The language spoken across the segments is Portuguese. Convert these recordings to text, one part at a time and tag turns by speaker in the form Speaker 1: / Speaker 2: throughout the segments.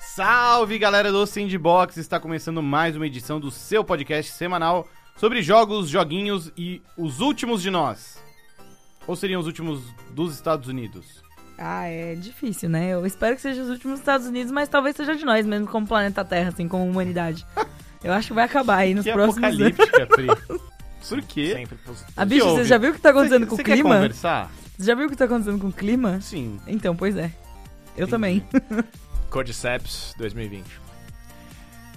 Speaker 1: Salve galera do Sandbox! Está começando mais uma edição do seu podcast semanal sobre jogos, joguinhos e os últimos de nós. Ou seriam os últimos dos Estados Unidos?
Speaker 2: Ah, é difícil, né? Eu espero que seja os últimos dos Estados Unidos, mas talvez seja de nós mesmo, como planeta Terra, assim, como humanidade. Eu acho que vai acabar aí nos
Speaker 1: que
Speaker 2: próximos né? anos.
Speaker 1: apocalíptica, Pri. Por quê?
Speaker 3: é Sempre positivo.
Speaker 2: A bicha,
Speaker 1: houve?
Speaker 2: você já viu o que tá acontecendo com o
Speaker 1: Você quer
Speaker 2: clima?
Speaker 1: conversar?
Speaker 2: Você já viu o que tá acontecendo com o clima?
Speaker 1: Sim.
Speaker 2: Então, pois é. Eu
Speaker 3: Entendi.
Speaker 2: também.
Speaker 3: Cordyceps 2020.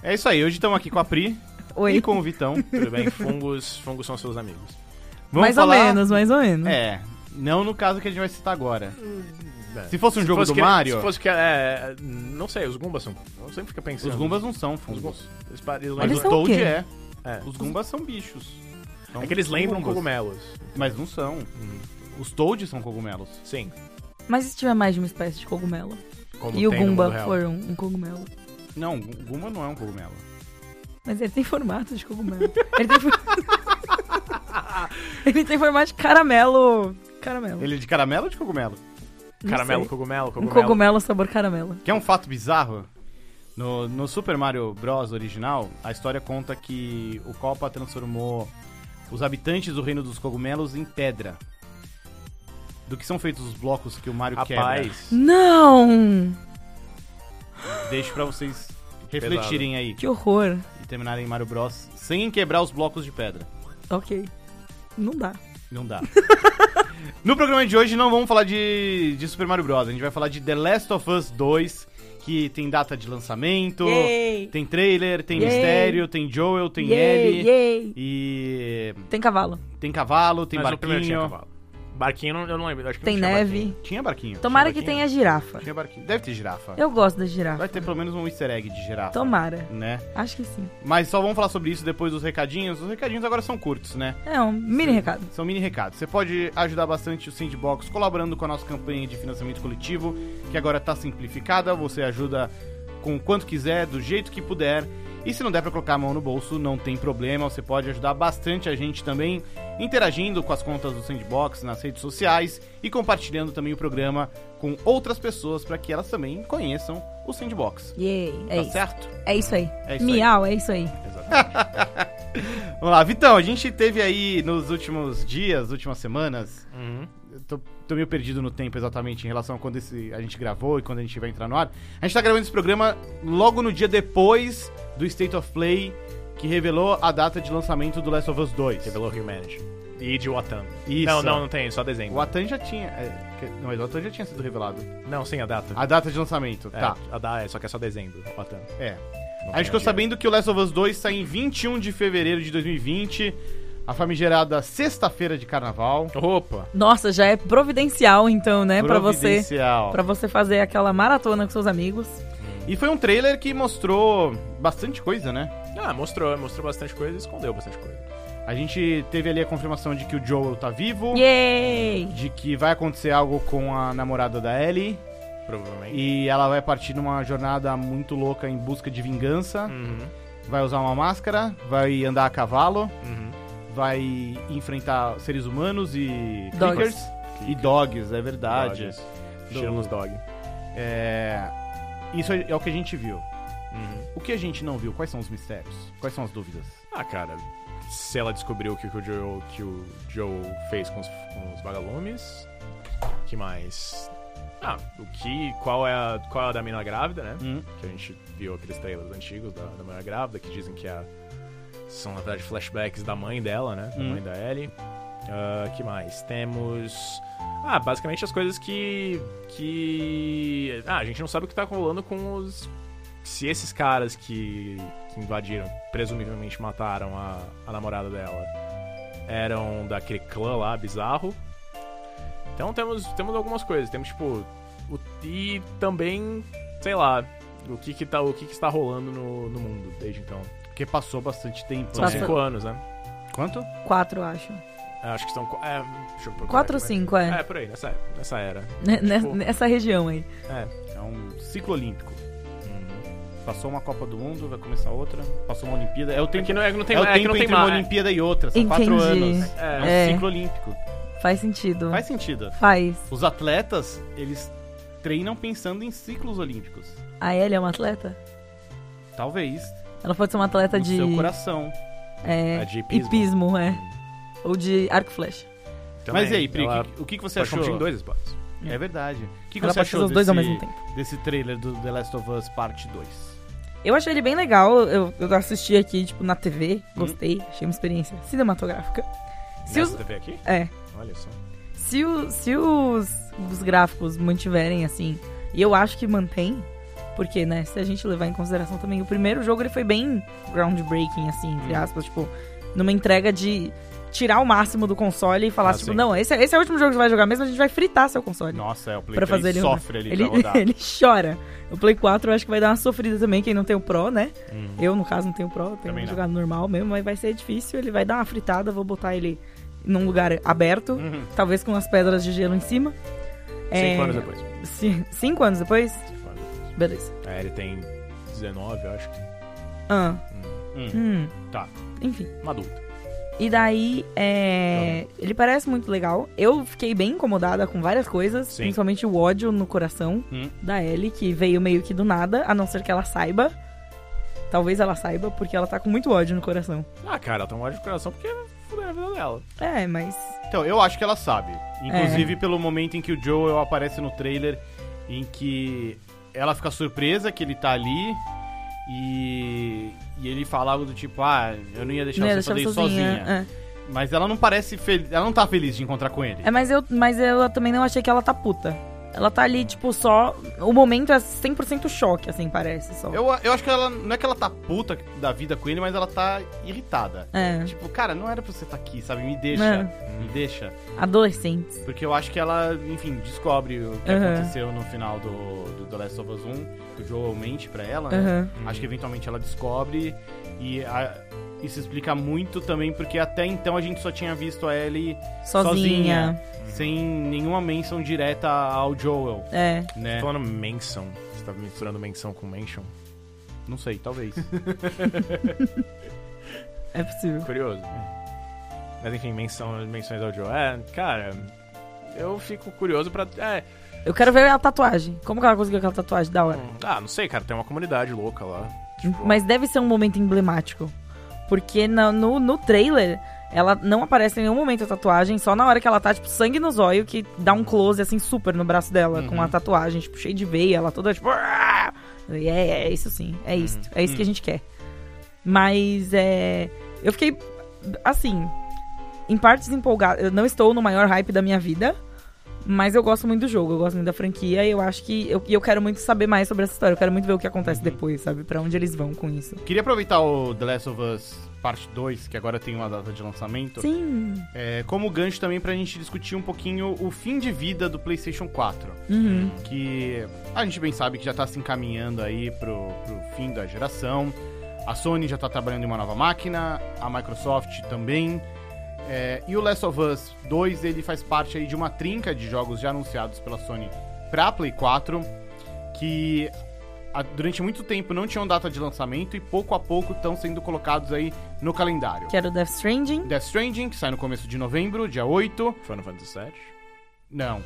Speaker 1: É isso aí, hoje estamos aqui com a Pri e
Speaker 2: Oi.
Speaker 1: com o Vitão.
Speaker 3: Tudo bem? Fungos, fungos são seus amigos.
Speaker 1: Vamos
Speaker 2: mais ou
Speaker 1: falar-
Speaker 2: menos, mais ou menos.
Speaker 1: É, não no caso que a gente vai citar agora.
Speaker 3: é.
Speaker 1: Se fosse um jogo
Speaker 3: fosse
Speaker 1: do
Speaker 3: que-
Speaker 1: Mario,
Speaker 3: Se fosse que. É, não sei, os Gumbas são. Eu sempre fico pensando.
Speaker 1: os Gumbas não são
Speaker 3: Os
Speaker 1: fungos.
Speaker 3: Gumbas. Eles, pa- eles
Speaker 1: Mas
Speaker 2: Eles
Speaker 1: o
Speaker 3: lembram-
Speaker 2: são o
Speaker 1: Toad
Speaker 2: quê?
Speaker 1: é.
Speaker 3: é.
Speaker 1: Os Gumbas são bichos. São
Speaker 3: É que eles lembram
Speaker 1: gumbas,
Speaker 3: cogumelos.
Speaker 1: Mas não são. Os Toads são cogumelos.
Speaker 3: Sim.
Speaker 2: Mas e se tiver mais de uma espécie de cogumelo?
Speaker 3: Como
Speaker 2: e o
Speaker 3: tem no mundo
Speaker 2: Goomba
Speaker 3: real.
Speaker 2: for um, um cogumelo.
Speaker 1: Não, o Gumba não é um cogumelo.
Speaker 2: Mas ele tem formato de cogumelo. ele, tem for... ele tem formato de caramelo. Caramelo.
Speaker 1: Ele é de caramelo ou de cogumelo?
Speaker 2: Não
Speaker 3: Caramelo,
Speaker 2: sei.
Speaker 3: cogumelo,
Speaker 2: Um
Speaker 3: é cogumelo.
Speaker 2: cogumelo sabor caramelo.
Speaker 1: Que é um fato bizarro. No, no Super Mario Bros. original, a história conta que o Copa transformou os habitantes do Reino dos Cogumelos em pedra. Do que são feitos os blocos que o Mario quebra?
Speaker 3: Rapaz.
Speaker 2: Não!
Speaker 1: Deixo pra vocês refletirem aí
Speaker 2: Que horror.
Speaker 1: e terminarem Mario Bros. sem quebrar os blocos de pedra.
Speaker 2: Ok. Não dá.
Speaker 1: Não dá. no programa de hoje não vamos falar de, de Super Mario Bros. A gente vai falar de The Last of Us 2, que tem data de lançamento,
Speaker 2: Yay!
Speaker 1: tem trailer, tem
Speaker 2: Yay.
Speaker 1: mistério, tem Joel, tem Ellie.
Speaker 2: Yay! Yay!
Speaker 1: E
Speaker 2: Tem cavalo.
Speaker 1: tem cavalo, tem
Speaker 3: Mas o primeiro
Speaker 1: barquinho.
Speaker 3: tinha cavalo. Barquinho eu não- eu não lembro. Acho que
Speaker 2: Tem
Speaker 3: não tinha
Speaker 2: neve.
Speaker 1: Tinha barquinho.
Speaker 2: Tomara que
Speaker 3: Tinha
Speaker 2: tenha girafa.
Speaker 1: Tinha barquinho. Deve ter girafa.
Speaker 2: Eu gosto da girafa.
Speaker 1: Vai ter pelo menos um easter egg de girafa.
Speaker 2: Tomara.
Speaker 1: Né?
Speaker 2: Acho que sim.
Speaker 1: Mas só vamos falar sobre isso depois dos recadinhos. Os recadinhos agora são curtos, né?
Speaker 2: É um mini recado.
Speaker 1: São mini recados. Você pode ajudar bastante o Sandbox colaborando com a nossa campanha de financiamento coletivo, que agora está simplificada. Você ajuda com o quanto quiser, do jeito que puder. E se não der para colocar a mão no bolso, não tem problema. Você pode ajudar bastante a gente também interagindo com as contas do Sandbox nas redes sociais e compartilhando também o programa com outras pessoas para que elas também conheçam o Sandbox.
Speaker 2: Yay! É
Speaker 1: tá
Speaker 2: isso.
Speaker 1: certo?
Speaker 2: É isso aí.
Speaker 1: É isso aí.
Speaker 2: Miau, é isso aí.
Speaker 1: Vamos lá, Vitão, a gente teve aí nos últimos dias, últimas semanas,
Speaker 3: cavalo. Uhum.
Speaker 1: Eu tô, tô meio perdido no tempo exatamente em relação a quando esse- a gente gravou e quando a gente vai entrar no ar. A gente tá gravando esse programa logo no dia depois do State of Play, que revelou a data de lançamento do Last of Us 2.
Speaker 3: Revelou Humanity. E de Watan.
Speaker 1: Isso.
Speaker 3: Não, não, não tem, só desenho.
Speaker 1: O Atan já tinha. é, que- não, mas o Atan já tinha sido revelado.
Speaker 3: Não, sim, a data.
Speaker 1: A data de lançamento,
Speaker 3: É,
Speaker 1: tá.
Speaker 3: A da, é, só que é só dezembro. Watan.
Speaker 1: É.
Speaker 3: Não
Speaker 1: A
Speaker 3: tem
Speaker 1: gente ficou
Speaker 3: dia.
Speaker 1: sabendo que o Last of Us 2 sai em 21 de fevereiro de 2020, a famigerada sexta-feira de carnaval.
Speaker 3: Opa!
Speaker 2: Nossa, já é providencial então, né, Pra você,
Speaker 1: Providencial.
Speaker 2: para você fazer aquela maratona com seus amigos.
Speaker 1: E foi um trailer que mostrou bastante coisa, né?
Speaker 3: Ah, mostrou, mostrou bastante coisa e escondeu bastante coisa.
Speaker 1: A gente teve ali a confirmação de que o Joel tá vivo,
Speaker 2: Yay!
Speaker 1: de que vai acontecer algo com a namorada da Ellie
Speaker 3: Provavelmente.
Speaker 1: e ela vai partir numa jornada muito louca em busca de vingança.
Speaker 3: Uhum,
Speaker 1: Vai usar uma máscara, vai andar a cavalo,
Speaker 3: uhum.
Speaker 1: vai enfrentar seres humanos e
Speaker 2: Dogs.
Speaker 1: clickers e dogs, é verdade.
Speaker 3: Dogs. Tiro nos dog.
Speaker 1: É, isso é é o que a gente viu.
Speaker 3: Uhum.
Speaker 1: O que a gente não viu? Quais são os mistérios? Quais são as dúvidas?
Speaker 3: Ah, cara, se ela descobriu o que, que o Joe, que o Joe fez com os, com os vagalumes, que mais? Ah, o que, qual é a, qual é a da mina grávida, né?
Speaker 1: Hum?
Speaker 3: Que a gente viu aqueles trailers antigos da, da mulher grávida, que dizem que a, são, na verdade, flashbacks da mãe dela, né? Da
Speaker 1: Hum.
Speaker 3: mãe da Ellie. Ah, que mais? Temos. Ah, basicamente as coisas que. que. Ah, a gente não sabe o que tá rolando com os. Se esses caras que, que invadiram, presumivelmente mataram a, a namorada dela, eram daquele clã lá bizarro. Então temos, temos algumas coisas. Temos, tipo. O, e também, sei lá, o que, que, tá, o que, que está rolando no, no mundo desde então.
Speaker 1: Porque passou bastante tempo.
Speaker 3: São
Speaker 2: Passa-
Speaker 1: né?
Speaker 3: cinco anos, né?
Speaker 1: Quanto?
Speaker 2: Quatro, acho.
Speaker 3: Acho que são. qu- É, deixa eu procurar
Speaker 2: Quatro ou
Speaker 3: aqui, mas-
Speaker 2: cinco, é.
Speaker 3: É, por aí, nessa, nessa era.
Speaker 2: Né- né-
Speaker 3: tipo-
Speaker 2: Nessa região aí.
Speaker 1: É um ciclo olímpico. Passou uma Copa do Mundo, vai começar outra. Passou uma Olimpíada. É o
Speaker 3: Tem
Speaker 1: tempo,
Speaker 3: que não, é que não tem
Speaker 1: é o
Speaker 3: mais. É que
Speaker 1: tempo
Speaker 3: não tem
Speaker 1: entre uma
Speaker 3: mais.
Speaker 1: Olimpíada e outra. São quatro
Speaker 2: Entendi.
Speaker 1: anos. É um
Speaker 3: É,
Speaker 2: É.
Speaker 1: ciclo olímpico.
Speaker 2: Faz sentido.
Speaker 1: Faz sentido.
Speaker 2: Faz.
Speaker 1: Os atletas, eles treinam pensando em ciclos olímpicos.
Speaker 2: A Ellie é uma atleta?
Speaker 1: Talvez.
Speaker 2: Ela pode ser uma atleta
Speaker 1: no
Speaker 2: de.
Speaker 1: seu coração.
Speaker 2: É,
Speaker 3: A de hipismo.
Speaker 2: hipismo, é. Ou de arco e flecha.
Speaker 3: é, Também.
Speaker 1: Mas e aí, Pri,
Speaker 3: Ela
Speaker 1: o que- o que, que você
Speaker 3: pode competir
Speaker 1: achou?
Speaker 3: em dois esportes.
Speaker 1: É verdade. O que, que
Speaker 2: Ela
Speaker 1: você
Speaker 2: pode fazer
Speaker 1: achou
Speaker 2: os dois ao
Speaker 1: desse-
Speaker 2: mesmo tempo.
Speaker 1: desse trailer do The Last of Us Parte 2?
Speaker 2: Eu achei ele bem legal. Eu, eu assisti aqui, tipo, na TV. Gostei. Achei uma experiência cinematográfica. Se
Speaker 3: Nessa
Speaker 2: os,
Speaker 3: TV aqui?
Speaker 2: é.
Speaker 3: Olha só.
Speaker 2: Se, o- se os, os gráficos mantiverem assim, e eu acho que mantém, porque, né, se a gente levar em consideração também, o primeiro jogo ele foi bem groundbreaking, assim, entre aspas, tipo, numa entrega de tirar o máximo do console e falar,
Speaker 3: Ah,
Speaker 2: tipo,
Speaker 3: sim.
Speaker 2: não, esse, é- esse é o último jogo que você vai jogar mesmo, a gente vai fritar seu console.
Speaker 1: Nossa, é, o Play
Speaker 2: Pra
Speaker 1: 3
Speaker 2: fazer ele rodar.
Speaker 1: sofre ali
Speaker 2: Ele,
Speaker 1: pra rodar.
Speaker 2: ele chora. O Play 4 eu acho que vai dar uma sofrida também, quem não tem o Pro, né? Eu, no caso, não tenho Pro, eu tenho
Speaker 1: Uhum. Também
Speaker 2: que
Speaker 1: não.
Speaker 2: jogar normal mesmo, mas vai ser difícil, ele vai dar uma fritada, vou botar ele num lugar aberto,
Speaker 1: Uhum.
Speaker 2: talvez com as pedras de gelo em cima. É.
Speaker 3: Cinco anos depois.
Speaker 2: ci- cinco anos depois?
Speaker 3: Cinco anos depois.
Speaker 2: Beleza.
Speaker 3: É, ele tem 19, eu acho que.
Speaker 2: Ah,
Speaker 1: Hum.
Speaker 2: hum,
Speaker 3: Tá,
Speaker 2: enfim.
Speaker 3: um adulto.
Speaker 2: E daí, é, ele parece muito legal. Eu fiquei bem incomodada com várias coisas,
Speaker 3: Sim.
Speaker 2: principalmente o ódio no coração
Speaker 1: Hum.
Speaker 2: da Ellie, que veio meio que do nada, a não ser que ela saiba. Talvez ela saiba, porque ela tá com muito ódio no coração.
Speaker 3: Ah, cara, ela tá um ódio de coração porque fuderam a vida dela.
Speaker 2: É, mas.
Speaker 1: Então, eu acho que ela sabe. Inclusive pelo momento em que o Joel aparece no trailer, em que ela fica surpresa que ele tá ali e, e ele fala algo do tipo, ah, eu não ia deixar
Speaker 2: não ia
Speaker 1: você fazer isso
Speaker 2: deixar
Speaker 1: sozinha.
Speaker 2: né, sozinha. É.
Speaker 1: Mas ela não parece feliz, ela não tá feliz de encontrar com ele.
Speaker 2: É, mas eu, mas eu também não achei que ela tá puta. Ela tá ali, tipo, só. O momento é 100% choque, assim, parece. Só.
Speaker 1: Eu, eu acho que ela, não é que ela tá puta da vida com ele, mas ela tá irritada.
Speaker 2: É.
Speaker 1: Tipo, cara, não era pra você estar tá aqui, sabe? Me deixa, me deixa.
Speaker 2: Adolescentes.
Speaker 1: Porque eu acho que ela, enfim, descobre o que
Speaker 2: Aham.
Speaker 1: aconteceu no final do, do The Last of Us 1, que o Joel mente pra ela, né?
Speaker 2: Aham.
Speaker 1: Acho que eventualmente ela descobre e a- isso explica muito também, porque até então a gente só tinha visto a Ellie
Speaker 2: Sozinha.
Speaker 1: sem nenhuma menção direta ao Joel,
Speaker 2: É.
Speaker 1: né?
Speaker 3: Falando menção. Você tá misturando menção com mention?
Speaker 1: Não sei, talvez.
Speaker 2: É possível.
Speaker 3: Curioso. Mas enfim, menção, menções ao Joe. É, cara, eu fico curioso pra. É,
Speaker 2: Eu quero ver a tatuagem. Como que ela conseguiu aquela tatuagem da
Speaker 1: Hum.
Speaker 2: hora?
Speaker 3: ah, não sei, cara, tem uma comunidade louca lá. Tipo,
Speaker 2: Mas deve ser um momento emblemático. Porque na- no, no trailer, ela não aparece em nenhum momento a tatuagem, só na hora que ela tá, tipo, sangue no zóio, que dá um close, assim, super no braço dela, com a tatuagem, tipo, cheio de veia, ela toda, tipo... "Ah!" E é, é isso sim, é isso. É isso que a gente quer. Mas, é... Eu fiquei, assim, em partes empolgada. Eu não estou no maior hype da minha vida, mas eu gosto muito do jogo, eu gosto muito da franquia e eu acho que. eu- E eu, quero muito saber mais sobre essa história. Eu quero muito ver o que acontece depois, sabe? Pra onde eles vão com isso.
Speaker 1: Queria aproveitar o The Last of Us Parte 2, que agora tem uma data de lançamento,
Speaker 2: Sim.
Speaker 1: é, como gancho também pra gente discutir um pouquinho o fim de vida do PlayStation 4.
Speaker 2: Uhum.
Speaker 1: que a gente bem sabe que já tá se encaminhando aí pro, pro fim da geração. A Sony já tá trabalhando em uma nova máquina, a Microsoft também. É, e o Last of Us 2, ele faz parte aí de uma trinca de jogos já anunciados pela Sony pra Play 4, que a- durante muito tempo não tinham data de lançamento e pouco a pouco estão sendo colocados aí no calendário.
Speaker 2: Quero Death Stranding.
Speaker 1: Death Stranding, que sai no começo de novembro, dia 8.
Speaker 3: Final Fantasy VII.
Speaker 1: Não.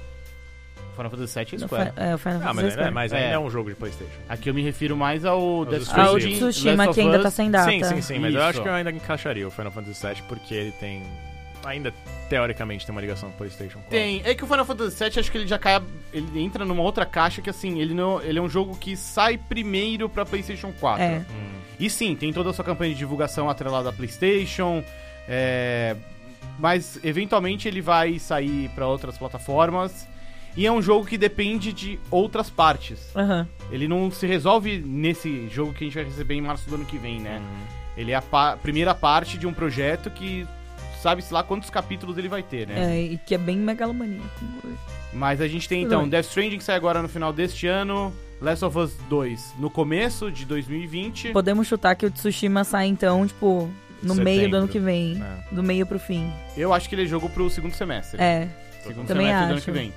Speaker 1: Final Fantasy VII é
Speaker 2: do
Speaker 1: Square.
Speaker 2: Fi- é, o Final
Speaker 3: Ah,
Speaker 2: Fantasy
Speaker 3: mas, ainda-
Speaker 2: Square.
Speaker 3: mas
Speaker 1: É.
Speaker 3: ainda é um jogo de PlayStation.
Speaker 1: Aqui eu me refiro mais ao Death
Speaker 3: exclusivos.
Speaker 2: Ah, o
Speaker 1: Stranding,
Speaker 2: de
Speaker 3: Sim.
Speaker 2: Tsushima
Speaker 1: Last of
Speaker 2: que ainda
Speaker 1: Us.
Speaker 2: tá sem data.
Speaker 3: Sim, sim, sim, mas eu
Speaker 1: Isso.
Speaker 3: acho que eu ainda encaixaria o Final Fantasy VII porque ele tem. Ainda teoricamente tem uma ligação com o PlayStation 4.
Speaker 1: Tem. É que o Final Fantasy VII, acho que ele já cai... Ele entra numa outra caixa que, assim, ele, não, ele é um jogo que sai primeiro pra PlayStation 4.
Speaker 2: É.
Speaker 1: E sim, tem toda a sua campanha de divulgação atrelada à PlayStation, é, mas eventualmente ele vai sair pra outras plataformas. E é um jogo que depende de outras partes.
Speaker 2: Aham.
Speaker 1: Ele não se resolve nesse jogo que a gente vai receber em março do ano que vem, né? Ele é a pa- primeira parte de um projeto que sabe-se lá quantos capítulos ele vai ter, né?
Speaker 2: É, e que é bem megalomaníaco.
Speaker 1: Mas a gente tem
Speaker 2: Tudo
Speaker 1: então
Speaker 2: bem.
Speaker 1: Death Stranding que sai agora no final deste ano, Last of Us 2 no começo de 2020.
Speaker 2: Podemos chutar que o Tsushima sai, então, tipo, no
Speaker 3: Setembro.
Speaker 2: meio do ano que vem.
Speaker 3: É.
Speaker 2: Do meio pro fim.
Speaker 1: Eu acho que ele é jogo pro segundo semestre.
Speaker 2: É.
Speaker 1: Segundo
Speaker 2: Também
Speaker 1: semestre do ano
Speaker 2: acho.
Speaker 1: que vem.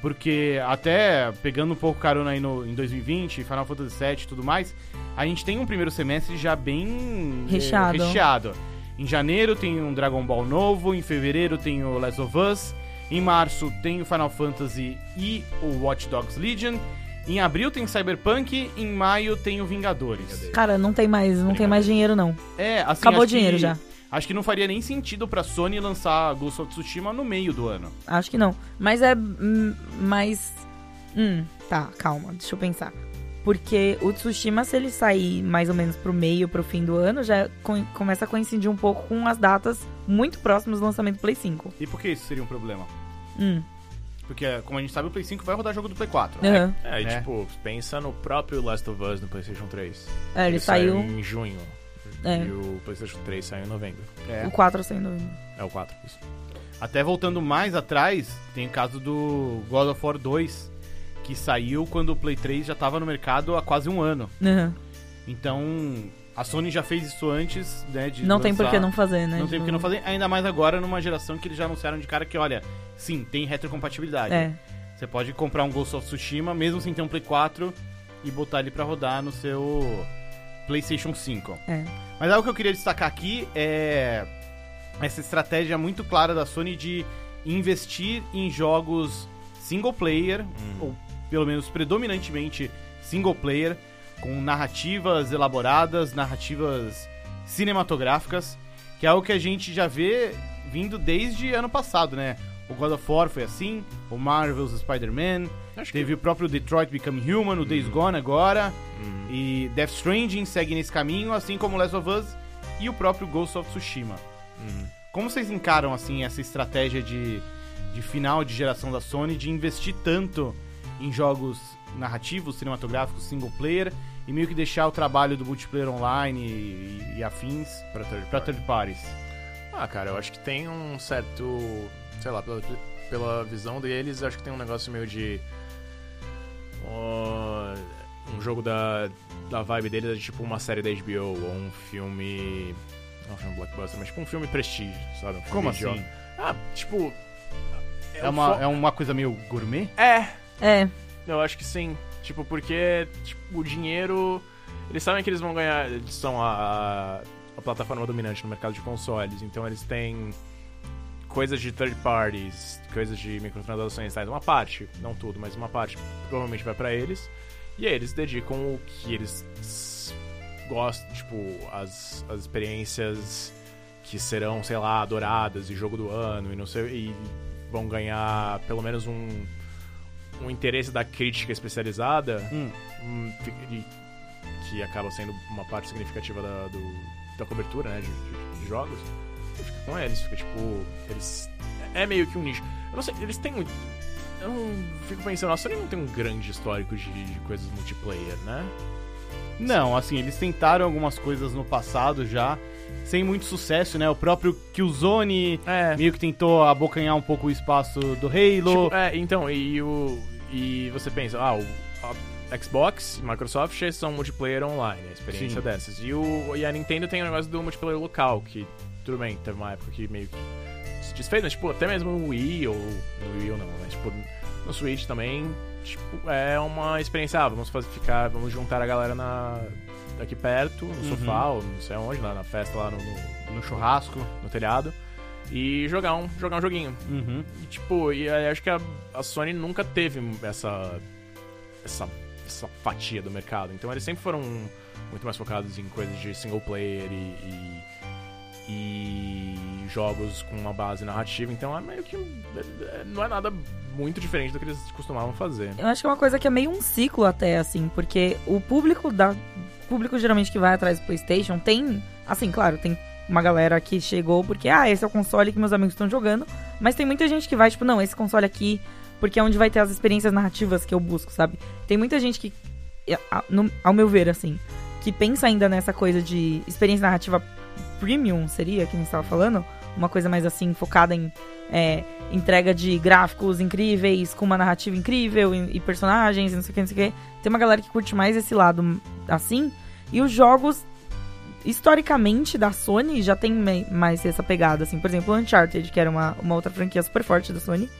Speaker 1: Porque até pegando um pouco carona aí no, em 2020, Final Fantasy VII e tudo mais, a gente tem um primeiro semestre já bem eh,
Speaker 2: Recheado.
Speaker 1: recheado. Em janeiro tem um Dragon Ball novo, em fevereiro tem o Last of Us, em março tem o Final Fantasy e o Watch Dogs Legion, Em abril tem Cyberpunk, em maio tem o Vingadores.
Speaker 2: Cara, não tem mais, não tem mais dinheiro, não.
Speaker 1: É, assim,
Speaker 2: Acabou
Speaker 1: acho
Speaker 2: o dinheiro
Speaker 1: que-
Speaker 2: já.
Speaker 1: Acho que não faria nem sentido pra Sony lançar Ghost of Tsushima no meio do ano.
Speaker 2: Acho que não. Mas é. hum, Mas. Hum, tá, calma, deixa eu pensar. Porque o Tsushima, se ele sair mais ou menos pro meio, pro fim do ano, já co- começa a coincidir um pouco com as datas muito próximas do lançamento do Play 5.
Speaker 1: E por que isso seria um problema?
Speaker 2: Hum,
Speaker 1: Porque, como a gente sabe, o Play 5 vai rodar jogo do Play 4. né?
Speaker 2: aham.
Speaker 3: É, e
Speaker 1: Né?
Speaker 3: tipo, pensa no próprio Last of Us no PlayStation 3.
Speaker 2: É, ele saiu.
Speaker 3: em junho.
Speaker 2: É.
Speaker 3: E o PlayStation 3 saiu em novembro.
Speaker 1: É.
Speaker 2: O 4 saindo.
Speaker 3: É o 4, isso.
Speaker 1: Até voltando mais atrás, tem o caso do God of War 2, que saiu quando o Play 3 já tava no mercado há quase um ano.
Speaker 2: Aham.
Speaker 1: Então, a Sony já fez isso antes, né? De
Speaker 2: Não tem por
Speaker 1: lançar.
Speaker 2: que não fazer, né?
Speaker 1: Não tem por que não fazer, ainda mais agora numa geração que eles já anunciaram de cara que, olha, sim, tem retrocompatibilidade.
Speaker 2: É.
Speaker 1: Você pode comprar um Ghost of Tsushima, mesmo sem ter um Play 4, e botar ele pra rodar no seu PlayStation 5.
Speaker 2: É.
Speaker 1: Mas algo que eu queria destacar aqui é essa estratégia muito clara da Sony de investir em jogos single player, ou pelo menos predominantemente single player, com narrativas elaboradas, narrativas cinematográficas, que é algo que a gente já vê vindo desde ano passado, né? O God of War foi assim, o Marvel's Spider-Man,
Speaker 3: Acho
Speaker 1: teve o próprio Detroit Become Human, o Days Gone agora, e Death Stranding segue nesse caminho, assim como Last of Us e o próprio Ghost of Tsushima. Como vocês encaram, assim, essa estratégia de, de final de geração da Sony de investir tanto em jogos narrativos, cinematográficos, single player e meio que deixar o trabalho do multiplayer online e, e afins
Speaker 3: Pra third
Speaker 1: pra
Speaker 3: party.
Speaker 1: third parties?
Speaker 3: Ah, cara, eu acho que tem um certo. Sei lá, pela, pela visão deles, acho que tem um negócio meio de. ó, um jogo da, da vibe deles é tipo uma série da HBO ou um filme. Não um filme blockbuster, mas tipo um filme prestígio, sabe? Um filme
Speaker 1: Como
Speaker 3: de-
Speaker 1: assim?
Speaker 3: Ah, tipo.
Speaker 1: É uma,
Speaker 3: um fo-
Speaker 1: é uma coisa meio gourmet?
Speaker 3: é,
Speaker 2: É.
Speaker 3: eu acho que sim. Tipo, porque tipo, o dinheiro. Eles sabem que eles vão ganhar. Eles são a, a plataforma dominante no mercado de consoles. Então eles têm coisas de third parties, coisas de microtransações, tá? uma parte, não tudo, mas uma parte provavelmente vai pra eles. E aí eles dedicam o que eles s- gostam, tipo, as, as experiências que serão, sei lá, adoradas e jogo do ano e não sei, e vão ganhar pelo menos um, um interesse da crítica especializada
Speaker 1: Hum.
Speaker 3: um, fi- e- que acaba sendo uma parte significativa da, do- da cobertura, né, de, de- de jogos, fica com eles, fica tipo, eles é meio que um nicho. Eu não sei, eles têm muito eu não fico pensando, a Sony não tem um grande histórico de, de coisas multiplayer, né?
Speaker 1: Não, assim, eles tentaram algumas coisas no passado já, sem muito sucesso, né? O próprio Killzone
Speaker 3: É,
Speaker 1: meio que tentou abocanhar um pouco o espaço do Halo.
Speaker 3: Tipo, é, então, e o. E você pensa, ah, o a Xbox e Microsoft são multiplayer online, né, a experiência
Speaker 1: Sim.
Speaker 3: dessas. E, o, e a Nintendo tem o negócio do multiplayer local, que tudo bem, teve uma época que meio que se desfez, mas tipo, até mesmo o Wii ou. No Wii ou não, mas tipo, no Switch também, tipo, é uma experiência, ah, vamos fazer, ficar, vamos juntar a galera na. Aqui perto, no
Speaker 1: Uhum.
Speaker 3: sofá, ou não sei onde, na, na festa lá no, no,
Speaker 1: no churrasco.
Speaker 3: no telhado, e jogar um, jogar um joguinho.
Speaker 1: Uhum.
Speaker 3: E, tipo, e aí acho que a, a Sony nunca teve essa, essa essa fatia do mercado. Então eles sempre foram muito mais focados em coisas de single player e, e, e jogos com uma base narrativa. Então é meio que um- é- é- não é nada muito diferente do que eles costumavam fazer.
Speaker 2: Eu acho que é uma coisa que é meio um ciclo até, assim, porque o público da. o público geralmente que vai atrás do Playstation tem. Assim, claro, tem uma galera que chegou porque, ah, esse é o console que meus amigos estão jogando. Mas tem muita gente que vai, tipo, não, esse console aqui, porque é onde vai ter as experiências narrativas que eu busco, sabe? Tem muita gente que. é, a- no- Ao meu ver, assim, que pensa ainda nessa coisa de experiência narrativa premium, seria, que a gente tava falando. Uma coisa mais assim, focada em. é, entrega de gráficos incríveis, com uma narrativa incrível e, e personagens, e não sei o que, não sei o que. Tem uma galera que curte mais esse lado hum, assim. E os jogos, historicamente, da Sony já tem me- mais essa pegada, assim. Por exemplo, Uncharted, que era uma, uma outra franquia super forte da Sony,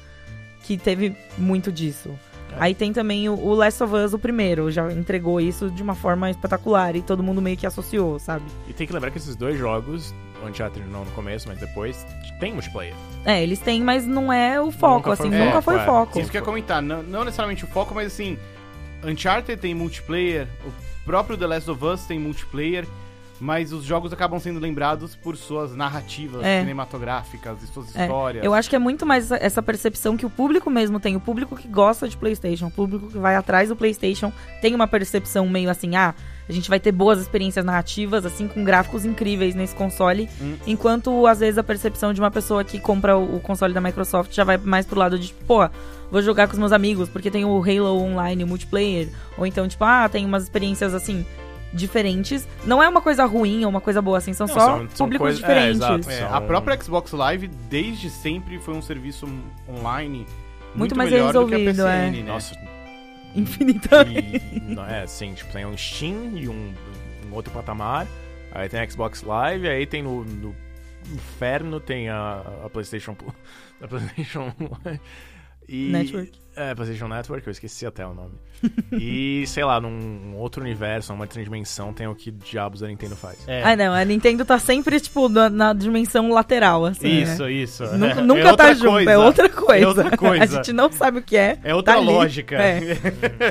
Speaker 2: que teve muito disso.
Speaker 3: É.
Speaker 2: Aí tem também o, o Last of Us, o primeiro, já entregou isso de uma forma espetacular e todo mundo meio que associou, sabe?
Speaker 3: E tem que lembrar que esses dois jogos, o Uncharted não no começo, mas depois, tem multiplayer.
Speaker 2: É, eles têm, mas não é o foco,
Speaker 3: Nunca foi
Speaker 2: assim,
Speaker 3: o
Speaker 2: nunca
Speaker 3: foco,
Speaker 2: foi o
Speaker 3: é.
Speaker 2: foco.
Speaker 1: Isso que eu ia comentar, não, não necessariamente o foco, mas assim, Uncharted tem multiplayer, o próprio The Last of Us tem multiplayer, mas os jogos acabam sendo lembrados por suas narrativas
Speaker 2: É.
Speaker 1: cinematográficas e suas
Speaker 2: É,
Speaker 1: histórias.
Speaker 2: Eu acho que é muito mais essa- essa percepção que o público mesmo tem. O público que gosta de PlayStation, o público que vai atrás do PlayStation, tem uma percepção meio assim: ah, a gente vai ter boas experiências narrativas, assim, com gráficos incríveis nesse console.
Speaker 1: Hum.
Speaker 2: Enquanto, às vezes, a percepção de uma pessoa que compra o, o console da Microsoft já vai mais pro lado de, tipo, pô, vou jogar com os meus amigos, porque tem o Halo Online, o multiplayer. Ou então, tipo, ah, tem umas experiências assim. Diferentes. Não é uma coisa ruim ou uma coisa boa, assim, são
Speaker 3: Não,
Speaker 2: só
Speaker 3: são- são
Speaker 2: públicos
Speaker 3: coisa- é,
Speaker 2: diferentes.
Speaker 3: exato.
Speaker 1: É,
Speaker 3: São-
Speaker 1: A própria Xbox Live, desde sempre, foi um serviço online muito,
Speaker 2: Muito mais
Speaker 1: melhor do que
Speaker 2: resolvido,
Speaker 1: a
Speaker 2: é.
Speaker 1: PCN, né?
Speaker 3: Nossa,
Speaker 2: Infinitamente.
Speaker 3: E, não, é, sim, tipo, tem um Steam e um, um outro patamar. Aí tem a Xbox Live, aí tem no, no inferno tem a, a PlayStation Plus- a PlayStation e
Speaker 2: Network.
Speaker 3: É, PlayStation Network, eu esqueci até o nome. E sei lá, num outro universo, numa outra dimensão, tem o que diabos a Nintendo faz.
Speaker 1: É.
Speaker 2: Ah, não, a Nintendo tá sempre, tipo, na, na dimensão lateral, assim.
Speaker 1: Isso,
Speaker 2: né?
Speaker 1: isso.
Speaker 2: Nunca,
Speaker 1: É.
Speaker 2: nunca
Speaker 1: É outra
Speaker 2: tá junto,
Speaker 1: coisa.
Speaker 2: é outra coisa.
Speaker 1: É outra coisa.
Speaker 2: a gente não sabe o que é.
Speaker 1: É outra
Speaker 2: tá ali,
Speaker 1: lógica.
Speaker 2: é,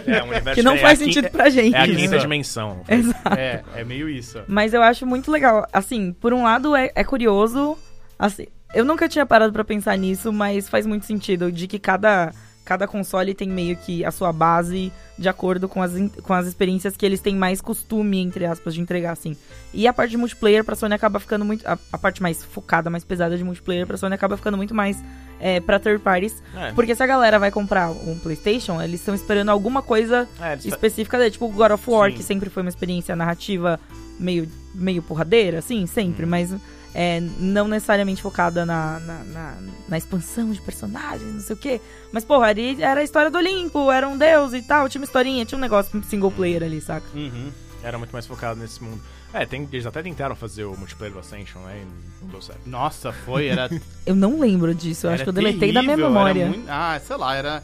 Speaker 3: É, um universo
Speaker 2: que não
Speaker 3: é
Speaker 2: faz
Speaker 3: a quin-
Speaker 2: sentido pra gente.
Speaker 3: É a
Speaker 1: Isso.
Speaker 3: quinta dimensão.
Speaker 2: Exato.
Speaker 1: É, é meio isso.
Speaker 2: Mas eu acho muito legal. Assim, por um lado é, é curioso. Assim, eu nunca tinha parado pra pensar nisso, mas faz muito sentido de que cada, cada console tem meio que a sua base de acordo com as, in- com as experiências que eles têm mais costume, entre aspas, de entregar, assim. E a parte de multiplayer pra Sony acaba ficando muito. A, a parte mais focada, mais pesada de multiplayer pra Sony acaba ficando muito mais é, pra third parties.
Speaker 3: É.
Speaker 2: Porque se a galera vai comprar um PlayStation, eles estão esperando alguma coisa
Speaker 3: É, eles fa-
Speaker 2: específica dele. Tipo, o God of War,
Speaker 3: Sim.
Speaker 2: que sempre foi uma experiência narrativa meio, meio porradeira, assim, sempre,
Speaker 1: Uhum.
Speaker 2: mas é, não necessariamente focada na, na, na- na expansão de personagens, não sei o quê. Mas, porra, ali era a história do Olimpo, era um deus e tal, tinha uma historinha, tinha um negócio single player ali, saca?
Speaker 1: Uhum.
Speaker 3: era muito mais focado nesse mundo. É, tem- eles até tentaram fazer o multiplayer do Ascension, né? E não deu certo.
Speaker 1: Nossa, foi, era.
Speaker 2: Eu não lembro disso, eu acho
Speaker 1: era
Speaker 2: que eu deletei da minha
Speaker 1: terrível, era
Speaker 2: memória.
Speaker 1: muito- ah, sei lá, era.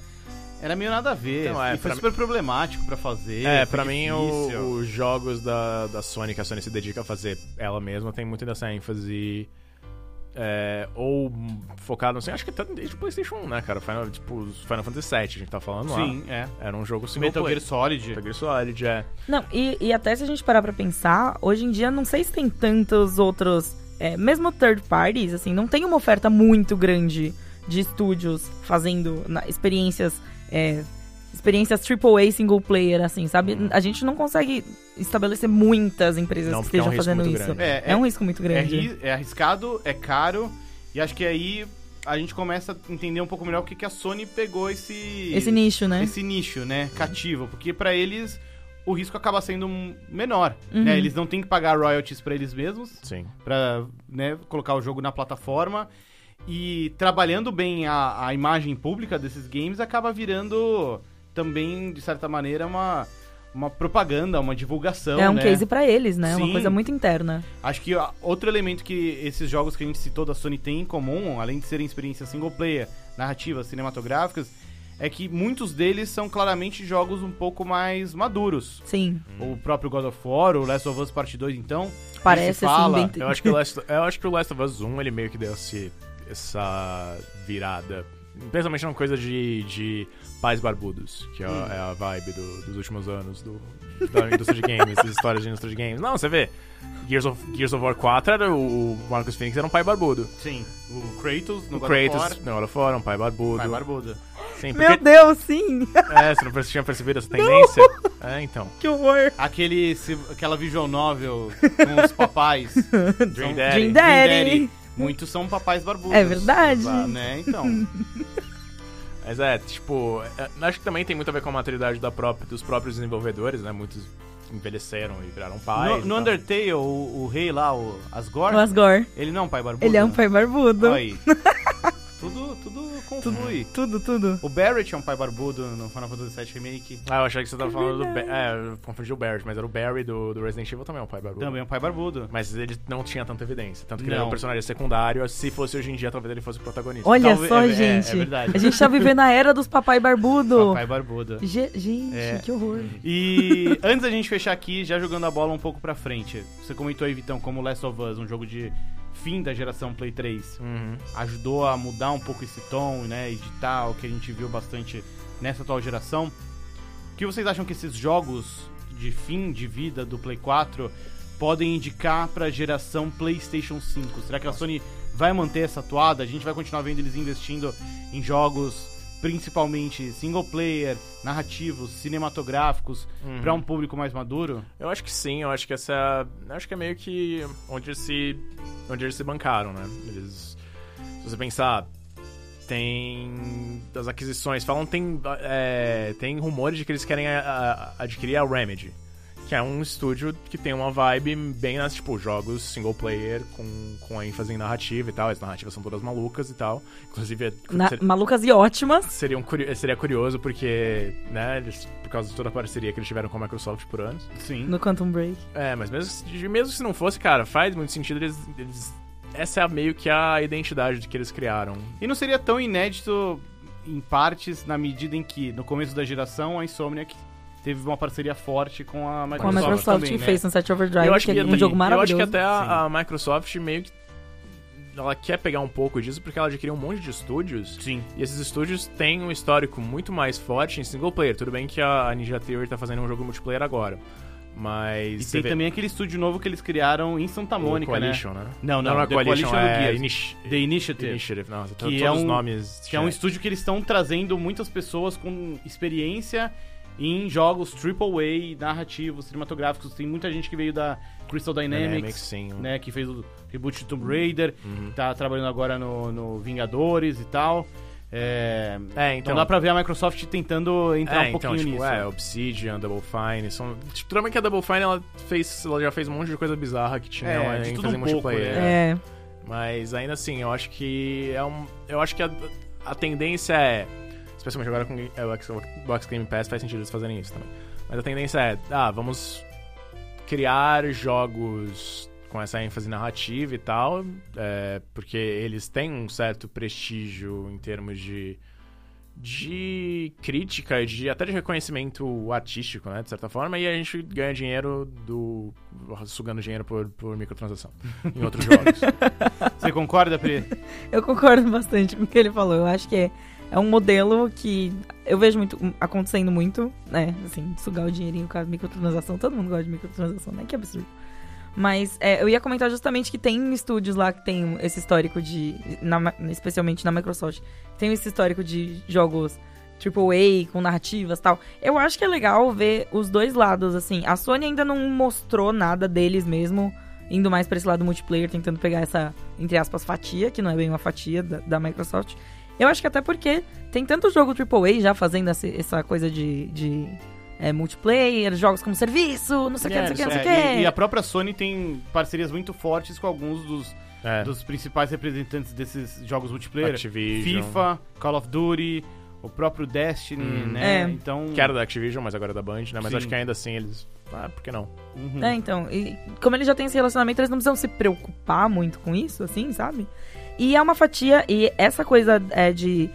Speaker 1: Era meio nada a ver.
Speaker 3: Então, é,
Speaker 1: e foi
Speaker 3: pra
Speaker 1: super problemático pra fazer.
Speaker 3: É,
Speaker 1: foi
Speaker 3: pra mim,
Speaker 1: difícil.
Speaker 3: o- os jogos da, da Sony que a Sony se dedica a fazer ela mesma tem muito dessa ênfase. é, ou focado, não sei, acho que até desde o PlayStation 1, né, cara? Final, tipo, os Final Fantasy VII, a gente tá falando lá.
Speaker 1: Sim, é.
Speaker 3: Era um jogo single
Speaker 1: Metal
Speaker 3: player.
Speaker 1: Gear Solid.
Speaker 3: Metal Gear Solid, é.
Speaker 2: Não, e, e até se a gente parar pra pensar, hoje em dia não sei se tem tantos outros. é, mesmo third parties, assim, não tem uma oferta muito grande de estúdios fazendo na- experiências. É, experiências AAA single player, assim, sabe? A gente não consegue estabelecer muitas empresas
Speaker 3: Uhum. Não,
Speaker 2: que
Speaker 3: porque é um
Speaker 2: estejam
Speaker 3: risco
Speaker 2: fazendo
Speaker 3: muito
Speaker 2: isso.
Speaker 3: grande.
Speaker 1: É,
Speaker 2: É, um risco muito
Speaker 1: É,
Speaker 2: grande.
Speaker 1: ri- é arriscado, é caro, e acho que aí a gente começa a entender um pouco melhor o que, que a Sony pegou esse.
Speaker 2: Esse nicho, né?
Speaker 1: Esse nicho, né? Cativo. Porque pra eles o risco acaba sendo um- menor.
Speaker 2: Uhum.
Speaker 1: Né? Eles não têm que pagar royalties pra eles mesmos,
Speaker 3: Sim.
Speaker 1: pra né, colocar o jogo na plataforma. E trabalhando bem a, a imagem pública desses games acaba virando também, de certa maneira, uma, uma propaganda, uma divulgação.
Speaker 2: é um
Speaker 1: né?
Speaker 2: case pra eles, né?
Speaker 1: Sim.
Speaker 2: Uma coisa muito interna.
Speaker 1: Acho que ó, outro elemento que esses jogos que a gente citou da Sony tem em comum, além de serem experiências single player, narrativas, cinematográficas, é que muitos deles são claramente jogos um pouco mais maduros.
Speaker 2: Sim,
Speaker 3: Hum.
Speaker 1: O próprio God of War, o Last of Us Part 2, então.
Speaker 2: parece
Speaker 1: fala,
Speaker 2: assim. Bem...
Speaker 3: Eu acho, que o Last, eu acho que o Last of Us 1 ele meio que deu esse, essa virada. Principalmente numa coisa de, de pais barbudos, que é, a-
Speaker 1: Hum.
Speaker 3: é a vibe do- dos últimos anos do, da indústria de games, das histórias de indústria de games. Não, você vê. Gears of, Gears of War 4 era o, o Marcus Phoenix era um pai barbudo.
Speaker 1: Sim. O Kratos no
Speaker 3: O
Speaker 1: God
Speaker 3: Kratos,
Speaker 1: of War.
Speaker 3: não, ela fora, um pai barbudo.
Speaker 1: Vai barbuda.
Speaker 3: Sim,
Speaker 2: Meu
Speaker 3: porque,
Speaker 2: Deus, sim!
Speaker 3: é, você não perce- tinha percebido essa tendência? É, então.
Speaker 2: que horror!
Speaker 1: Aquele, se- aquela visual novel com os papais.
Speaker 3: Dream
Speaker 1: São-
Speaker 3: Daddy.
Speaker 2: Dream Daddy.
Speaker 1: Muitos são papais barbudos.
Speaker 2: É verdade.
Speaker 1: Exato, Né? Então.
Speaker 3: Mas é, tipo, é, acho que também tem muito a ver com a maturidade da própria, dos próprios desenvolvedores, né? Muitos envelheceram e viraram
Speaker 1: No,
Speaker 3: pais. então.
Speaker 1: no
Speaker 3: e tal.
Speaker 1: Undertale, o, o rei lá, o Asgore,
Speaker 2: O Asgore,
Speaker 1: ele não é um pai barbudo.
Speaker 2: ele é um pai barbudo.
Speaker 1: Olha aí. tudo, tudo conflui.
Speaker 2: Tudo, tudo.
Speaker 1: O Barrett é um pai barbudo no Final Fantasy VII Remake.
Speaker 3: Ah, eu achei que você tava falando do... Ba- É, eu confundi o Barrett, mas era o Barry do, do Resident Evil também, é um pai barulho.
Speaker 1: Também é um pai barbudo.
Speaker 3: Mas ele não tinha tanta evidência. Tanto que ele era
Speaker 1: Não.
Speaker 3: um personagem secundário. Se fosse hoje em dia, talvez ele fosse o protagonista.
Speaker 2: Olha
Speaker 1: Talvez-
Speaker 2: só,
Speaker 1: é- é-
Speaker 2: gente.
Speaker 1: é verdade.
Speaker 2: A gente tá vivendo a era dos papai
Speaker 1: É um
Speaker 2: barbudo.
Speaker 1: pai barbudo.
Speaker 2: Ge- gente,
Speaker 1: É.
Speaker 2: que horror.
Speaker 1: E antes da gente fechar aqui, já jogando a bola um pouco pra frente. Você comentou aí, Vitão, como Last of Us, um jogo de fim da geração Play 3,
Speaker 3: Uhum.
Speaker 1: ajudou a mudar um pouco esse tom, né? Editar o que a gente viu bastante nessa atual geração. Que que vocês acham que esses jogos de fim de vida do Play 4 podem indicar pra geração PlayStation 5? Será que a Sony vai manter essa toada? A gente vai continuar vendo eles investindo em jogos principalmente single player, narrativos, cinematográficos pra para um público mais maduro?
Speaker 3: Eu acho que sim, eu acho que essa. eu Acho que é meio que onde eles se. onde eles se bancaram, né? Eles. Se você pensar, tem. das aquisições, falam tem. é, tem rumores de que eles querem a- a- adquirir a Remedy. Que é um estúdio que tem uma vibe bem nas, tipo, jogos single player com, com ênfase em narrativa e tal. As narrativas são todas malucas e tal. Inclusive, é-
Speaker 2: Na- malucas e ótimas.
Speaker 3: seria, um curio- seria curioso porque, né, eles, por causa de toda a parceria que eles tiveram com a Microsoft por anos.
Speaker 1: Sim.
Speaker 2: No Quantum Break.
Speaker 3: É, mas mesmo, se- mesmo se não fosse, cara, faz muito sentido eles. eles- essa é a- meio que a identidade que eles criaram.
Speaker 1: E não seria tão inédito em partes na medida em que no começo da geração a Insomniac teve uma parceria forte com a
Speaker 2: Com a
Speaker 1: Microsoft,
Speaker 2: Microsoft
Speaker 1: também,
Speaker 2: que
Speaker 1: né?
Speaker 2: fez Sunset Overdrive,
Speaker 3: eu acho
Speaker 2: que é um
Speaker 3: até-
Speaker 2: jogo maravilhoso.
Speaker 3: Eu acho que até a, a Microsoft meio que. Ela quer pegar um pouco disso porque ela adquiriu um monte de estúdios.
Speaker 1: Sim.
Speaker 3: E esses estúdios têm um histórico muito mais forte em single player. Tudo bem que a a Ninja Theory tá fazendo um jogo multiplayer agora.
Speaker 1: E,
Speaker 3: Mas. você
Speaker 1: tem
Speaker 3: vê-
Speaker 1: também aquele estúdio novo que eles criaram em Santa
Speaker 3: o
Speaker 1: Mônica, né?
Speaker 3: Coalition, né?
Speaker 1: Não, não,
Speaker 3: é
Speaker 1: The
Speaker 3: Coalition,
Speaker 1: Coalition
Speaker 3: é
Speaker 1: do Gears.
Speaker 3: Initi-
Speaker 1: The Initiative.
Speaker 3: Initiative. Nossa,
Speaker 1: Que
Speaker 3: todos
Speaker 1: é
Speaker 3: os
Speaker 1: um-
Speaker 3: nomes.
Speaker 1: Que é um estúdio que eles estão trazendo muitas pessoas com experiência em jogos AAA, narrativos, cinematográficos. Tem muita gente que veio da Crystal Dynamics,
Speaker 3: Dynamics, é, sim.
Speaker 1: né? Que fez o reboot de Tomb Raider,
Speaker 3: Uhum.
Speaker 1: tá trabalhando agora no, no Vingadores e tal. É,
Speaker 3: É,
Speaker 1: Então
Speaker 3: então.
Speaker 1: dá pra ver a Microsoft tentando entrar
Speaker 3: é,
Speaker 1: um
Speaker 3: então,
Speaker 1: pouquinho nisso.
Speaker 3: tipo, é, Obsidian, Double Fine, são... Tipo, tudo bem que a Double Fine, ela, fez, ela já fez um monte de coisa bizarra que tinha
Speaker 1: É,
Speaker 3: uma
Speaker 1: de
Speaker 3: ênfase
Speaker 1: tudo
Speaker 3: em
Speaker 1: um pouco,
Speaker 3: multiplayer.
Speaker 1: né?
Speaker 2: É.
Speaker 3: Mas ainda assim, eu acho que é um... Eu acho que a, a tendência é... Especialmente agora com é, o Xbox Game Pass, faz sentido eles fazerem isso também. Mas a tendência é, ah, vamos criar jogos com essa ênfase narrativa e tal, é, porque eles têm um certo prestígio em termos de de crítica e de até de reconhecimento artístico, né, de certa forma, e a gente ganha dinheiro do sugando dinheiro por, por microtransação em outros jogos.
Speaker 1: Você concorda, Pri? É,
Speaker 2: Eu concordo bastante com o que ele falou. Eu acho que é, é um modelo que eu vejo muito acontecendo muito, né? Assim, sugar o dinheirinho com a microtransação. Todo mundo gosta de microtransação, né? Que absurdo. Mas é, eu ia comentar justamente que tem estúdios lá que tem esse histórico de. na ma- especialmente na Microsoft, tem esse histórico de jogos AAA com narrativas e tal. Eu acho que é legal ver os dois lados, assim. A Sony ainda não mostrou nada deles mesmo, indo mais pra esse lado multiplayer, tentando pegar essa, entre aspas, fatia, que não é bem uma fatia da, da Microsoft. Eu acho que até porque tem tanto jogo AAA já fazendo essa, essa coisa de. de, é, multiplayer, jogos como serviço, não sei o que, não sei o que, não sei o
Speaker 1: É,
Speaker 2: que.
Speaker 1: e, e a própria Sony tem parcerias muito fortes com alguns dos,
Speaker 3: É.
Speaker 1: dos principais representantes desses jogos multiplayer.
Speaker 3: Activision.
Speaker 1: FIFA, Call of Duty, o próprio Destiny,
Speaker 3: Hum.
Speaker 1: né?
Speaker 2: É.
Speaker 1: Então.
Speaker 3: Que era da Activision, mas agora é da Band, né? Mas
Speaker 1: Sim.
Speaker 3: acho que ainda assim eles. Ah, por que não?
Speaker 1: Uhum.
Speaker 2: É, então, e como eles já têm esse relacionamento, eles não precisam se preocupar muito com isso, assim, sabe? E é uma fatia, e essa coisa é de.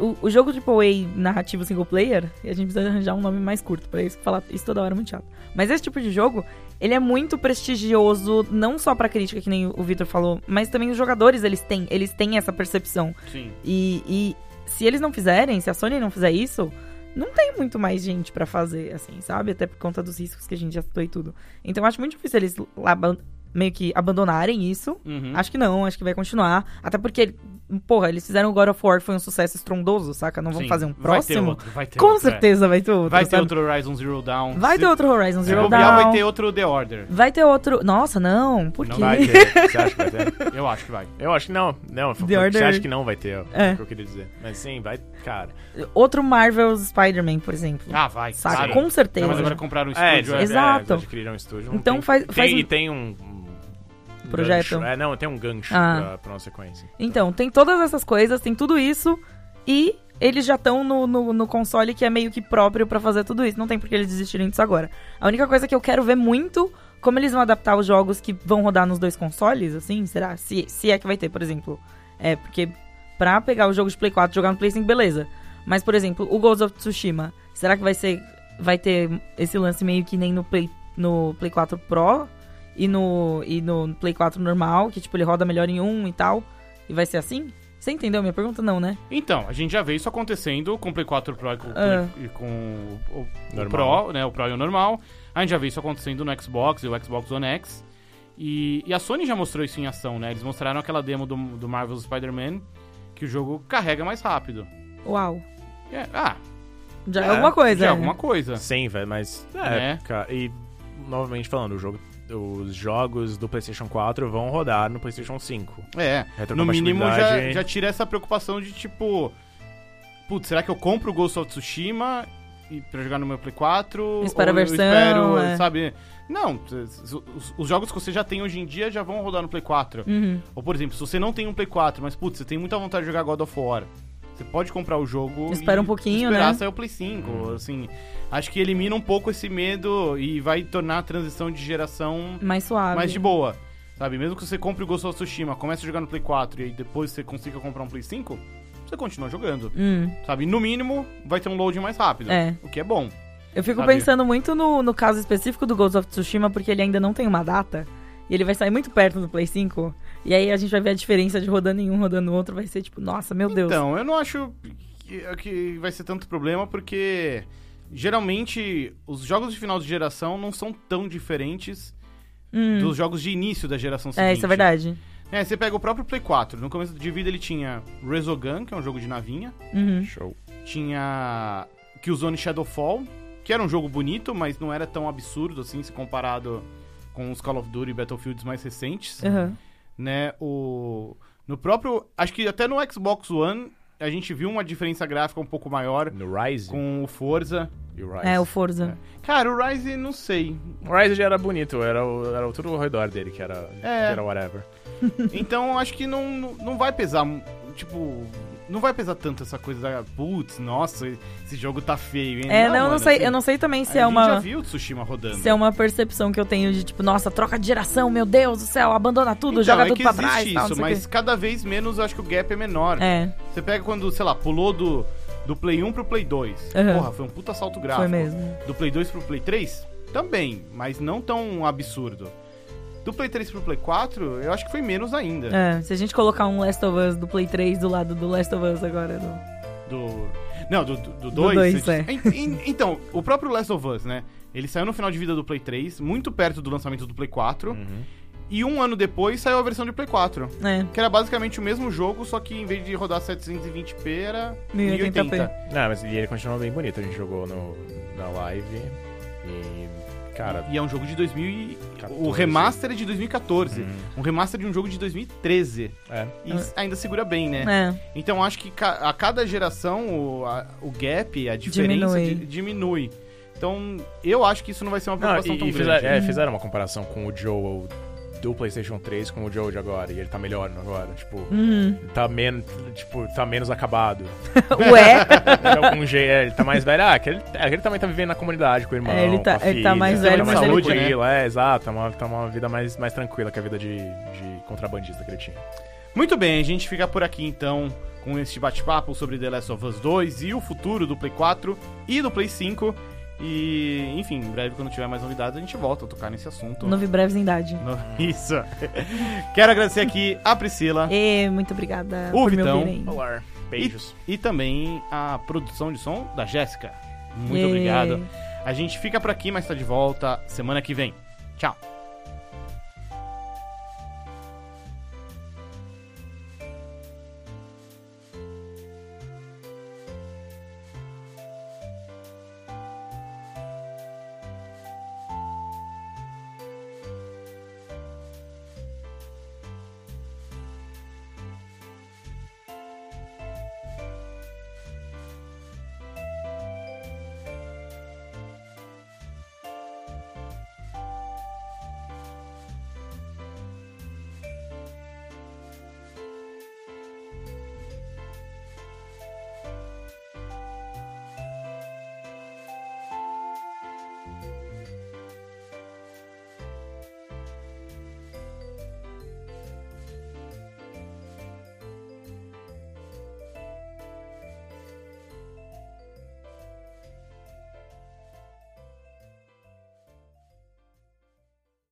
Speaker 2: O, o jogo de AAA narrativo single player, e a gente precisa arranjar um nome mais curto pra isso, que falar isso toda hora é muito chato. Mas esse tipo de jogo, ele é muito prestigioso, não só pra crítica, que nem o Victor falou, mas também os jogadores, eles têm, eles têm essa percepção.
Speaker 1: Sim.
Speaker 2: E, e se eles não fizerem, se a Sony não fizer isso, não tem muito mais gente pra fazer, assim, sabe? Até por conta dos riscos que a gente já citou e tudo. Então eu acho muito difícil eles aban- meio que abandonarem isso.
Speaker 1: Uhum.
Speaker 2: Acho que não, acho que vai continuar. Até porque, porra, eles fizeram o God of War, foi um sucesso estrondoso, saca? Não vão
Speaker 1: Sim.
Speaker 2: fazer um
Speaker 1: Vai ter
Speaker 2: próximo.
Speaker 1: outro, vai ter
Speaker 2: Com
Speaker 1: outro, é.
Speaker 2: certeza vai ter outro.
Speaker 1: Vai ter
Speaker 2: sabe?
Speaker 1: outro Horizon Zero Dawn.
Speaker 2: Vai ter outro Horizon
Speaker 1: Se
Speaker 2: Zero Dawn.
Speaker 1: bobear, vai ter outro The Order.
Speaker 2: outro. Nossa, não. Por
Speaker 1: Não
Speaker 2: quê?
Speaker 3: Vai ter. Você acha que vai ter?
Speaker 1: Eu acho que vai.
Speaker 3: Eu acho que não. Não,
Speaker 2: The
Speaker 3: você
Speaker 2: Order-
Speaker 3: acha que não vai ter, ó,
Speaker 2: É.
Speaker 3: é o que eu queria dizer. Mas sim, vai. Cara.
Speaker 2: Outro Marvel Spider-Man, por exemplo.
Speaker 1: Ah, vai.
Speaker 2: saca?
Speaker 1: claro.
Speaker 2: Com certeza.
Speaker 1: Não, mas agora compraram um
Speaker 3: É,
Speaker 1: estúdio.
Speaker 3: eles-
Speaker 1: É,
Speaker 2: Exato.
Speaker 3: É, eles adquiriram um estúdio. não
Speaker 2: Então
Speaker 3: tem-
Speaker 2: faz-
Speaker 3: tem-
Speaker 2: faz um-
Speaker 3: E tem um. um
Speaker 2: Projeto.
Speaker 3: gancho. É, não, tem um gancho
Speaker 2: Ah.
Speaker 3: pra, pra uma sequência.
Speaker 2: Então, tem todas essas coisas, tem tudo isso, e eles já estão no, no, no console que é meio que próprio pra fazer tudo isso. Não tem por que eles desistirem disso agora. A única coisa que eu quero ver muito como eles vão adaptar os jogos que vão rodar nos dois consoles, assim, será? Se, se é que vai ter, por exemplo. É, porque pra pegar o jogo de Play 4 e jogar no Play 5, beleza. Mas, por exemplo, o Ghost of Tsushima, será que vai ser. Vai ter esse lance meio que nem no Play, no Play 4 Pro e no, e no Play 4 normal, que tipo, ele roda melhor em um e tal? E vai ser assim? Você entendeu a minha pergunta? Não, né?
Speaker 1: Então, a gente já vê isso acontecendo com o Play 4 Pro e com,
Speaker 2: Ah.
Speaker 1: e com o, o
Speaker 3: Normal.
Speaker 1: Pro, né? O Pro e o normal. A gente já vê isso acontecendo no Xbox e o Xbox One X. E, e a Sony já mostrou isso em ação, né? Eles mostraram aquela demo do, do Marvel's Spider-Man que o jogo carrega mais rápido.
Speaker 2: Uau.
Speaker 1: E é- ah,
Speaker 2: Já é,
Speaker 3: É,
Speaker 2: alguma coisa.
Speaker 1: já é
Speaker 2: né?
Speaker 1: alguma coisa.
Speaker 3: Sim, velho, mas.
Speaker 1: Né?
Speaker 3: É, cara, e novamente falando, o jogo. Os jogos do PlayStation 4 vão rodar no PlayStation 5.
Speaker 1: É, no mínimo já,
Speaker 3: Retrocompatibilidade.
Speaker 1: já tira essa preocupação de tipo... Putz, será que eu compro o Ghost of Tsushima e- pra jogar no meu Play 4?
Speaker 2: Espera a
Speaker 1: Ou eu
Speaker 2: versão,
Speaker 1: espero,
Speaker 2: é.
Speaker 1: sabe? Não, os, os- os jogos que você já tem hoje em dia já vão rodar no Play 4.
Speaker 2: Uhum.
Speaker 1: Ou, por exemplo, se você não tem um Play 4, mas, putz, você tem muita vontade de jogar God of War, você pode comprar o jogo
Speaker 2: Espera
Speaker 1: e
Speaker 2: um pouquinho,
Speaker 1: esperar
Speaker 2: né?
Speaker 1: sair o Play 5, assim. Acho que elimina um pouco esse medo e vai tornar a transição de geração
Speaker 2: Mais suave.
Speaker 1: mais de boa. Sabe, mesmo que você compre o Ghost of Tsushima, comece a jogar no Play 4 e aí depois você consiga comprar um Play 5, você continua jogando.
Speaker 2: Hum.
Speaker 1: Sabe, no mínimo vai ter um loading mais rápido.
Speaker 2: É.
Speaker 1: O que é bom.
Speaker 2: Eu fico
Speaker 1: Sabe?
Speaker 2: pensando muito no, no caso específico do Ghost of Tsushima, porque ele ainda não tem uma data. E ele vai sair muito perto do Play 5. E aí a gente vai ver a diferença de rodando em um, rodando no outro. Vai ser tipo, nossa, meu Deus.
Speaker 1: Então, eu não acho que, que vai ser tanto problema, porque geralmente os jogos de final de geração não são tão diferentes
Speaker 2: Hum.
Speaker 1: dos jogos de início da geração seguinte.
Speaker 2: É, isso é verdade.
Speaker 1: É, você pega o próprio Play 4. No começo de vida ele tinha Resogun, que é um jogo de navinha.
Speaker 2: Uhum.
Speaker 3: Show.
Speaker 1: Tinha Killzone Shadowfall, que era um jogo bonito, mas não era tão absurdo assim se comparado com os Call of Duty e Battlefields mais recentes
Speaker 2: Aham.
Speaker 1: né? O no próprio, acho que até no Xbox One a gente viu uma diferença gráfica um pouco maior
Speaker 3: No Rise?
Speaker 1: com o Forza.
Speaker 3: E o Rise.
Speaker 2: É, o Forza.
Speaker 1: Cara, o Rise não sei.
Speaker 3: O Rise já era bonito, era, o, era o- tudo ao redor dele que era,
Speaker 1: É.
Speaker 3: que era whatever.
Speaker 1: Então acho que não não- não vai pesar, mu- tipo, não vai pesar tanto essa coisa da putz, nossa, esse jogo tá feio, hein?
Speaker 2: É, não, eu não
Speaker 1: mano,
Speaker 2: sei,
Speaker 1: assim,
Speaker 2: eu não sei também se
Speaker 1: a
Speaker 2: é
Speaker 1: gente já
Speaker 2: uma.
Speaker 1: viu né? o Tsushima rodando.
Speaker 2: Se é uma percepção que eu tenho de tipo, nossa, troca de geração, meu Deus do céu, abandona tudo,
Speaker 1: Então,
Speaker 2: joga
Speaker 1: é
Speaker 2: tudo
Speaker 1: que
Speaker 2: pra
Speaker 1: existe
Speaker 2: trás. tal, não
Speaker 1: isso,
Speaker 2: sei o quê.
Speaker 1: mas cada vez menos eu acho que o gap é menor.
Speaker 2: É,
Speaker 1: Você pega quando, sei lá, pulou do, do Play 1 pro Play 2.
Speaker 2: Aham.
Speaker 1: Porra, foi um puta salto gráfico.
Speaker 2: foi mesmo.
Speaker 1: Do Play 2 pro Play 3? Também, mas não tão absurdo. Do Play 3 pro Play 4, eu acho que foi menos ainda.
Speaker 2: É, se a gente colocar um Last of Us do Play 3 do lado do Last of Us agora. do-
Speaker 1: Do. Não, do 2. Do
Speaker 2: dois, é.
Speaker 1: você- En- en- Então, o próprio Last of Us, né? Ele saiu no final de vida do Play 3, muito perto do lançamento do Play 4.
Speaker 3: Hum. Uhum.
Speaker 1: E um ano depois saiu a versão de Play 4.
Speaker 2: É,
Speaker 1: Que era basicamente o mesmo jogo, só que em vez de rodar 720p, era
Speaker 2: 1080p.
Speaker 1: 1080p.
Speaker 3: Não, mas ele continuou bem bonito. A gente jogou no, na live e. Cara. tá
Speaker 1: E é um jogo de 2000 e... O
Speaker 3: 14.
Speaker 1: remaster é de 2014.
Speaker 3: Hum,
Speaker 1: Um remaster de um jogo de 2013.
Speaker 3: é.
Speaker 1: E
Speaker 2: Ah.
Speaker 1: ainda segura bem, né?
Speaker 2: é.
Speaker 1: Então acho que ca- a cada geração o, a- o gap, a diferença
Speaker 2: Diminui.
Speaker 1: di- diminui. Então eu acho que isso não vai ser uma
Speaker 3: Não,
Speaker 1: preocupação
Speaker 3: e,
Speaker 1: tão
Speaker 3: e
Speaker 1: grande. né?
Speaker 3: fizeram, é, fizeram uma comparação com o Joel do PlayStation 3 com o Joel de agora. E ele tá melhor agora. Tipo,
Speaker 1: Hum.
Speaker 2: Uhum.
Speaker 3: tá, men tipo tá menos acabado.
Speaker 2: Ué,
Speaker 3: De algum jeito, é, ele tá mais velho. Ah, aquele, é, aquele também tá vivendo na comunidade com o irmão.
Speaker 2: É, ele tá-
Speaker 3: com a
Speaker 2: ele tá
Speaker 3: filha,
Speaker 2: mais
Speaker 3: tá
Speaker 1: velho,
Speaker 3: uma
Speaker 1: mas ele-
Speaker 3: saúde, tranquila,
Speaker 2: né?
Speaker 3: é, exato. Tá uma, tá uma vida mais, mais tranquila que a vida de, de contrabandista que ele tinha.
Speaker 1: Muito bem, a gente fica por aqui então com este bate-papo sobre The Last of Us 2 e o futuro do Play 4 e do Play 5. E, enfim, em breve, quando tiver mais novidades, a gente volta a tocar nesse assunto.
Speaker 2: novo e breve Zindade.
Speaker 1: No- Isso. Quero agradecer aqui a Priscila
Speaker 2: E muito obrigada
Speaker 1: O
Speaker 2: por
Speaker 1: Vitão.
Speaker 2: me ouvirem.
Speaker 3: Olá. Beijos.
Speaker 1: e também a produção de som da Jéssica. Muito
Speaker 2: Yay.
Speaker 1: obrigado. A gente fica por aqui, mas tá de volta semana que vem. Tchau.